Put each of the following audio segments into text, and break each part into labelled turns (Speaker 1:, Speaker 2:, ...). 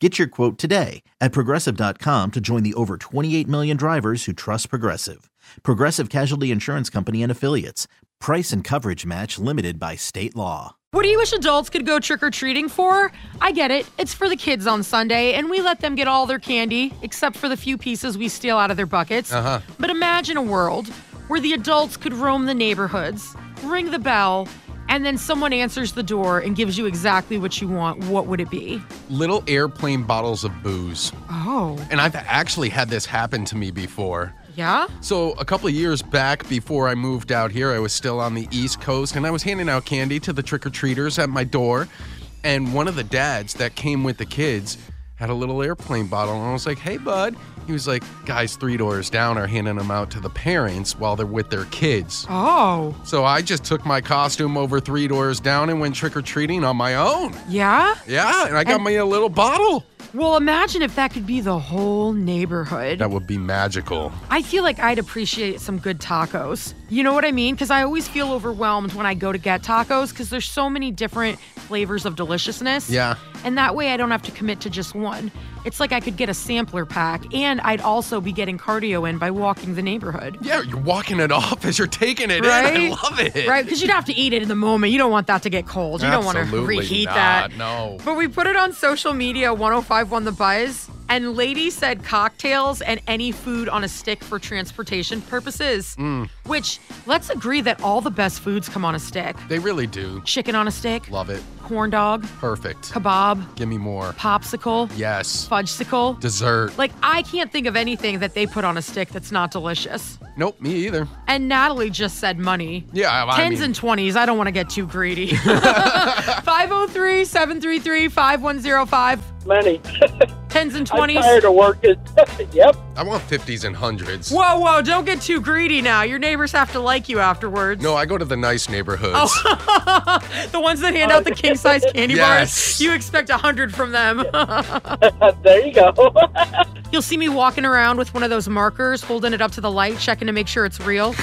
Speaker 1: Get your quote today at progressive.com to join the over 28 million drivers who trust Progressive. Progressive Casualty Insurance Company and Affiliates. Price and coverage match limited by state law.
Speaker 2: What do you wish adults could go trick or treating for? I get it. It's for the kids on Sunday, and we let them get all their candy, except for the few pieces we steal out of their buckets. Uh-huh. But imagine a world where the adults could roam the neighborhoods, ring the bell, and then someone answers the door and gives you exactly what you want. What would it be?
Speaker 3: little airplane bottles of booze.
Speaker 2: Oh,
Speaker 3: And I've actually had this happen to me before.
Speaker 2: yeah?
Speaker 3: So, a couple of years back, before I moved out here, I was still on the East Coast and I was handing out candy to the trick or treaters at my door. And one of the dads that came with the kids had a little airplane bottle. And I was like, hey, bud. He was like, guys, three doors down are handing them out to the parents while they're with their kids.
Speaker 2: Oh,
Speaker 3: So, I just took my costume over three doors down and went trick or treating on my own.
Speaker 2: yeah?
Speaker 3: Yeah. And I got me a little bottle.
Speaker 2: Well, imagine if that could be the whole neighborhood.
Speaker 3: That would be magical.
Speaker 2: I feel like I'd appreciate some good tacos. You know what I mean? Because I always feel overwhelmed when I go to get tacos because there's so many different flavors of deliciousness.
Speaker 3: Yeah.
Speaker 2: And that way I don't have to commit to just one. It's like I could get a sampler pack and I'd also be getting cardio in by walking the neighborhood.
Speaker 3: Yeah, you're walking it off as you're taking it in. I
Speaker 2: Right?
Speaker 3: love it.
Speaker 2: Right? Because you'd have to eat it in the moment. You don't want that to get cold. You don't want to
Speaker 3: Absolutely
Speaker 2: reheat
Speaker 3: not,
Speaker 2: that.
Speaker 3: No.
Speaker 2: But we put it on social media 1051 The Buzz, and Lady said cocktails and any food on a stick for transportation purposes.
Speaker 3: Mm.
Speaker 2: Which, let's agree that all the best foods come on a stick
Speaker 3: They really do.
Speaker 2: chicken on a stick,
Speaker 3: Love it.
Speaker 2: corn dog,
Speaker 3: Perfect.
Speaker 2: kebab,
Speaker 3: Give me more.
Speaker 2: popsicle,
Speaker 3: Yes.
Speaker 2: fudgesicle.
Speaker 3: Dessert.
Speaker 2: Like, I can't think of anything that they put on a stick that's not delicious.
Speaker 3: Nope, me either.
Speaker 2: And Natalie just said money.
Speaker 3: Yeah, I, I
Speaker 2: Tens
Speaker 3: mean,
Speaker 2: and 20s. I don't want to get too greedy. 503 733 5105.
Speaker 4: Money.
Speaker 2: Tens and
Speaker 4: I'm
Speaker 2: 20s.
Speaker 4: tired of working. yep.
Speaker 3: I want 50s and 100s.
Speaker 2: Whoa, whoa, don't get too greedy now. Your neighbors have to like you afterwards.
Speaker 3: No, I go to the nice neighborhoods.
Speaker 2: Oh. the ones that hand out the king size candy bars,
Speaker 3: Yes.
Speaker 2: you expect a 100 from them.
Speaker 4: uh, there you go.
Speaker 2: You'll see me walking around with one of those markers, holding it up to the light, checking to make sure it's real,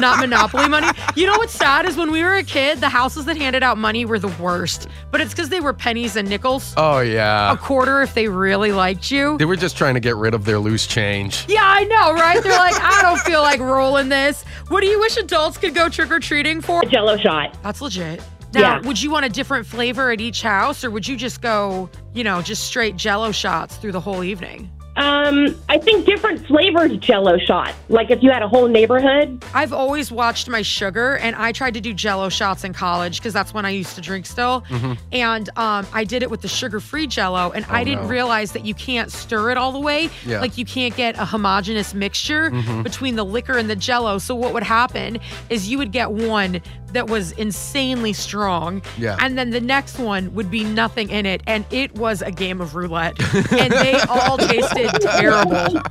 Speaker 2: not Monopoly money. You know what's sad is when we were a kid, the houses that handed out money were the worst, but it's because they were pennies and nickels,
Speaker 3: Oh, yeah.
Speaker 2: a quarter if they really liked you.
Speaker 3: They were just trying to get rid of their loose change.
Speaker 2: Yeah, I know, right? They're like, I don't feel like rolling this. What do you wish adults could go trick or treating for?
Speaker 5: Jello shot.
Speaker 2: That's legit. Now,
Speaker 5: Yeah.
Speaker 2: would you want a different flavor at each house, or would you just go, you know, just straight Jello shots through the whole evening?
Speaker 5: Um, I think different flavors Jello shot. Like if you had a whole neighborhood.
Speaker 2: I've always watched my sugar, and I tried to do Jello shots in college because that's when I used to drink still.
Speaker 3: Mm-hmm.
Speaker 2: And um, I did it with the sugar-free Jello, and I didn't
Speaker 3: Oh, no.
Speaker 2: realize that you can't stir it all the way.
Speaker 3: Yeah.
Speaker 2: Like you can't get a homogeneous mixture between the liquor and the Jello. So what would happen is you would get one that was insanely strong,
Speaker 3: Yeah.
Speaker 2: and then the next one would be nothing in it, and it was a game of roulette, and they all tasted terrible.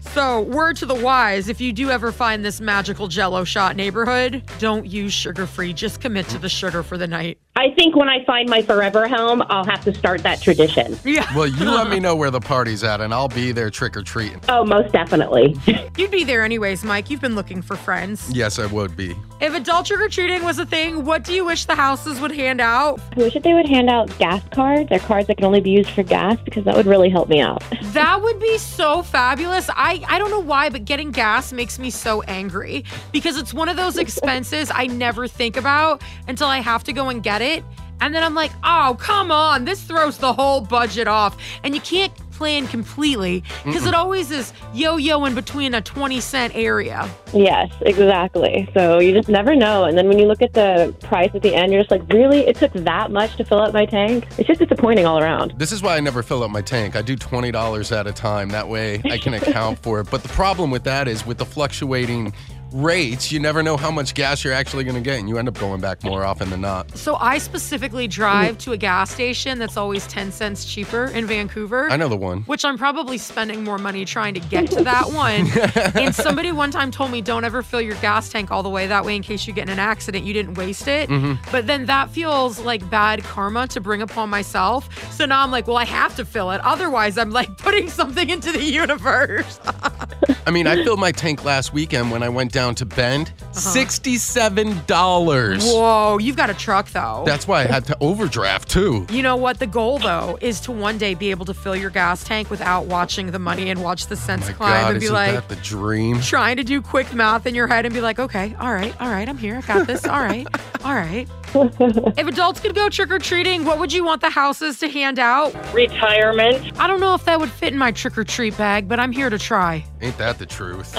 Speaker 2: So, word to the wise if you do ever find this magical jello shot neighborhood, don't use sugar free. Just commit to the sugar for the night.
Speaker 5: I think when I find my forever home, I'll have to start that tradition.
Speaker 2: Yeah.
Speaker 3: Well, you let me know where the party's at, and I'll be there trick or treating.
Speaker 5: Oh, most definitely.
Speaker 2: You'd be there anyways, Mike. You've been looking for friends.
Speaker 3: Yes, I would be.
Speaker 2: If adult trick or treating was a thing, what do you wish the houses would hand out?
Speaker 6: I wish that they would hand out gas cards or cards that can only be used for gas because that would really help me out.
Speaker 2: That would be so fabulous. I, I don't know why, but getting gas makes me so angry because it's one of those expenses I never think about until I have to go and get it. And then I'm like, oh, come on, this throws the whole budget off. And you can't plan completely because it always is yo yo in between a 20 cent area.
Speaker 6: Yes, exactly. So you just never know. And then when you look at the price at the end, you're just like, really? It took that much to fill up my tank? It's just disappointing all around.
Speaker 3: This is why I never fill up my tank. I do $20 at a time. That way I can account for it. But the problem with that is with the fluctuating rates, you never know how much gas you're actually going to get, and you end up going back more often than not.
Speaker 2: So I specifically drive to a gas station that's always 10 cents cheaper in Vancouver.
Speaker 3: I know the one.
Speaker 2: Which I'm probably spending more money trying to get to that one. and somebody one time told me, don't ever fill your gas tank all the way. That way, in case you get in an accident, you didn't waste it.
Speaker 3: Mm-hmm.
Speaker 2: But then that feels like bad karma to bring upon myself. So now I'm like, well, I have to fill it. Otherwise, I'm like putting something into the universe.
Speaker 3: I mean, I filled my tank last weekend when I went down to Bend. $67.
Speaker 2: Uh-huh. Whoa, you've got a truck though.
Speaker 3: That's why I had to overdraft too.
Speaker 2: You know what? The goal, though, is to one day be able to fill your gas tank without watching the money and watch the cents
Speaker 3: My
Speaker 2: climb
Speaker 3: God,
Speaker 2: and be
Speaker 3: isn't
Speaker 2: like,
Speaker 3: that the dream?
Speaker 2: trying to do quick math in your head and be like, okay, all right, all right, I'm here. I got this. All right, all right. if adults could go trick or treating, what would you want the houses to hand out?
Speaker 4: Retirement.
Speaker 2: I don't know if that would fit in my trick or treat bag, but I'm here to try.
Speaker 3: Ain't that the truth?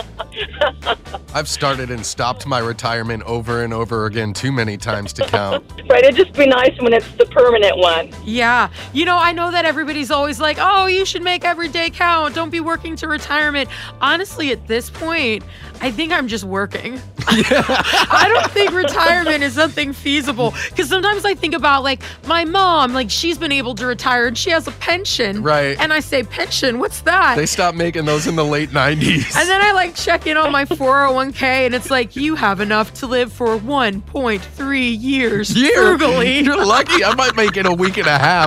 Speaker 3: I've started and stopped my retirement over and over again too many times to count.
Speaker 4: Right, it'd just be nice when it's the permanent one.
Speaker 2: Yeah. You know, I know that everybody's always like, oh, you should make every day count. Don't be working to retirement. Honestly, at this point, I think I'm just working. I don't think retirement is something feasible because sometimes I think about like my mom, like she's been able to retire and she has a pension.
Speaker 3: Right.
Speaker 2: And I say, pension, what's that?
Speaker 3: They stopped making those in the late 90s.
Speaker 2: and then I like check in on my 401k and it's like, you have enough to live for 1.3 years
Speaker 3: Year.
Speaker 2: frugally.
Speaker 3: You're lucky. I might make it a week and a half.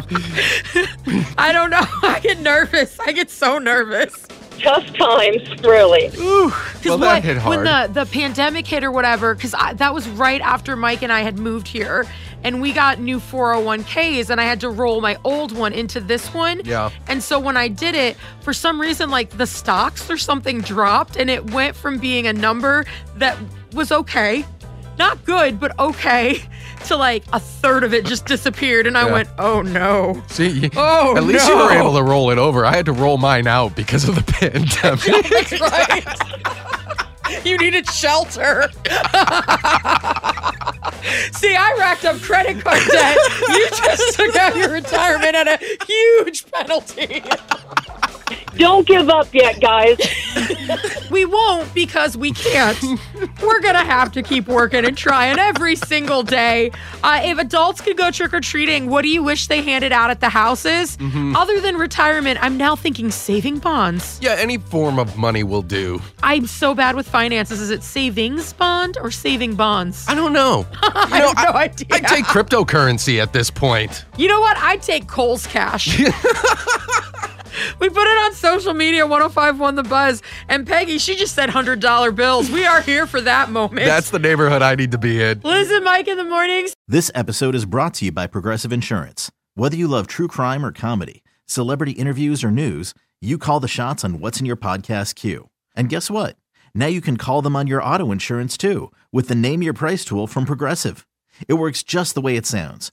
Speaker 2: I don't know. I get nervous. I get so nervous.
Speaker 4: Tough times, really.
Speaker 3: Well,
Speaker 2: Because
Speaker 3: that hit
Speaker 2: when the,
Speaker 3: hard.
Speaker 2: the pandemic hit or whatever, because that was right after Mike and I had moved here and we got new 401ks and I had to roll my old one into this one.
Speaker 3: Yeah.
Speaker 2: And so when I did it, for some reason, like the stocks or something dropped and it went from being a number that was okay, not good, but okay, to like a third of it just disappeared. And I
Speaker 3: Yeah.
Speaker 2: went, oh no.
Speaker 3: See, you-
Speaker 2: Oh,
Speaker 3: at least you were
Speaker 2: no.
Speaker 3: able to roll it over. I had to roll mine out because of the pandemic.
Speaker 2: That's right. you needed shelter. See, I racked up credit card debt. You just took out your retirement at a huge penalty.
Speaker 4: Don't give up yet, guys.
Speaker 2: We won't because we can't. We're going to have to keep working and trying every single day. Uh, if adults could go trick or treating, what do you wish they handed out at the houses? Other than retirement, I'm now thinking saving bonds.
Speaker 3: yeah, any form of money will do.
Speaker 2: I'm so bad with finances. Is it savings bond or saving bonds?
Speaker 3: I don't know. You
Speaker 2: I
Speaker 3: know,
Speaker 2: have no idea.
Speaker 3: I take cryptocurrency at this point.
Speaker 2: you know what? I take Cole's cash. we put it on social media, 1051 The Buzz, and Peggy, she just said $100 bills. We are here for that moment.
Speaker 3: That's the neighborhood I need to be in.
Speaker 2: Liz and Mike in the mornings.
Speaker 1: This episode is brought to you by Progressive Insurance. Whether you love true crime or comedy, celebrity interviews or news, you call the shots on what's in your podcast queue. And guess what? Now you can call them on your auto insurance too with the Name Your Price tool from Progressive. It works just the way it sounds.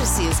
Speaker 7: Odyssey is